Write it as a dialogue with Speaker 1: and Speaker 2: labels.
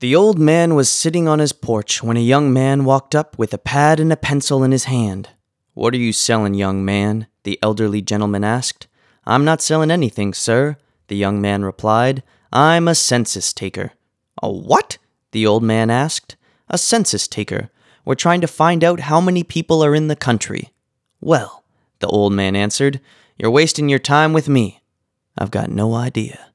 Speaker 1: The old man was sitting on his porch when a young man walked up with a pad and a pencil in his hand. What are you selling, young man? the elderly gentleman asked. I'm not selling anything, sir, the young man replied. I'm a census taker. A what? the old man asked. A census taker. We're trying to find out how many people are in the country. Well, the old man answered, you're wasting your time with me. I've got no idea.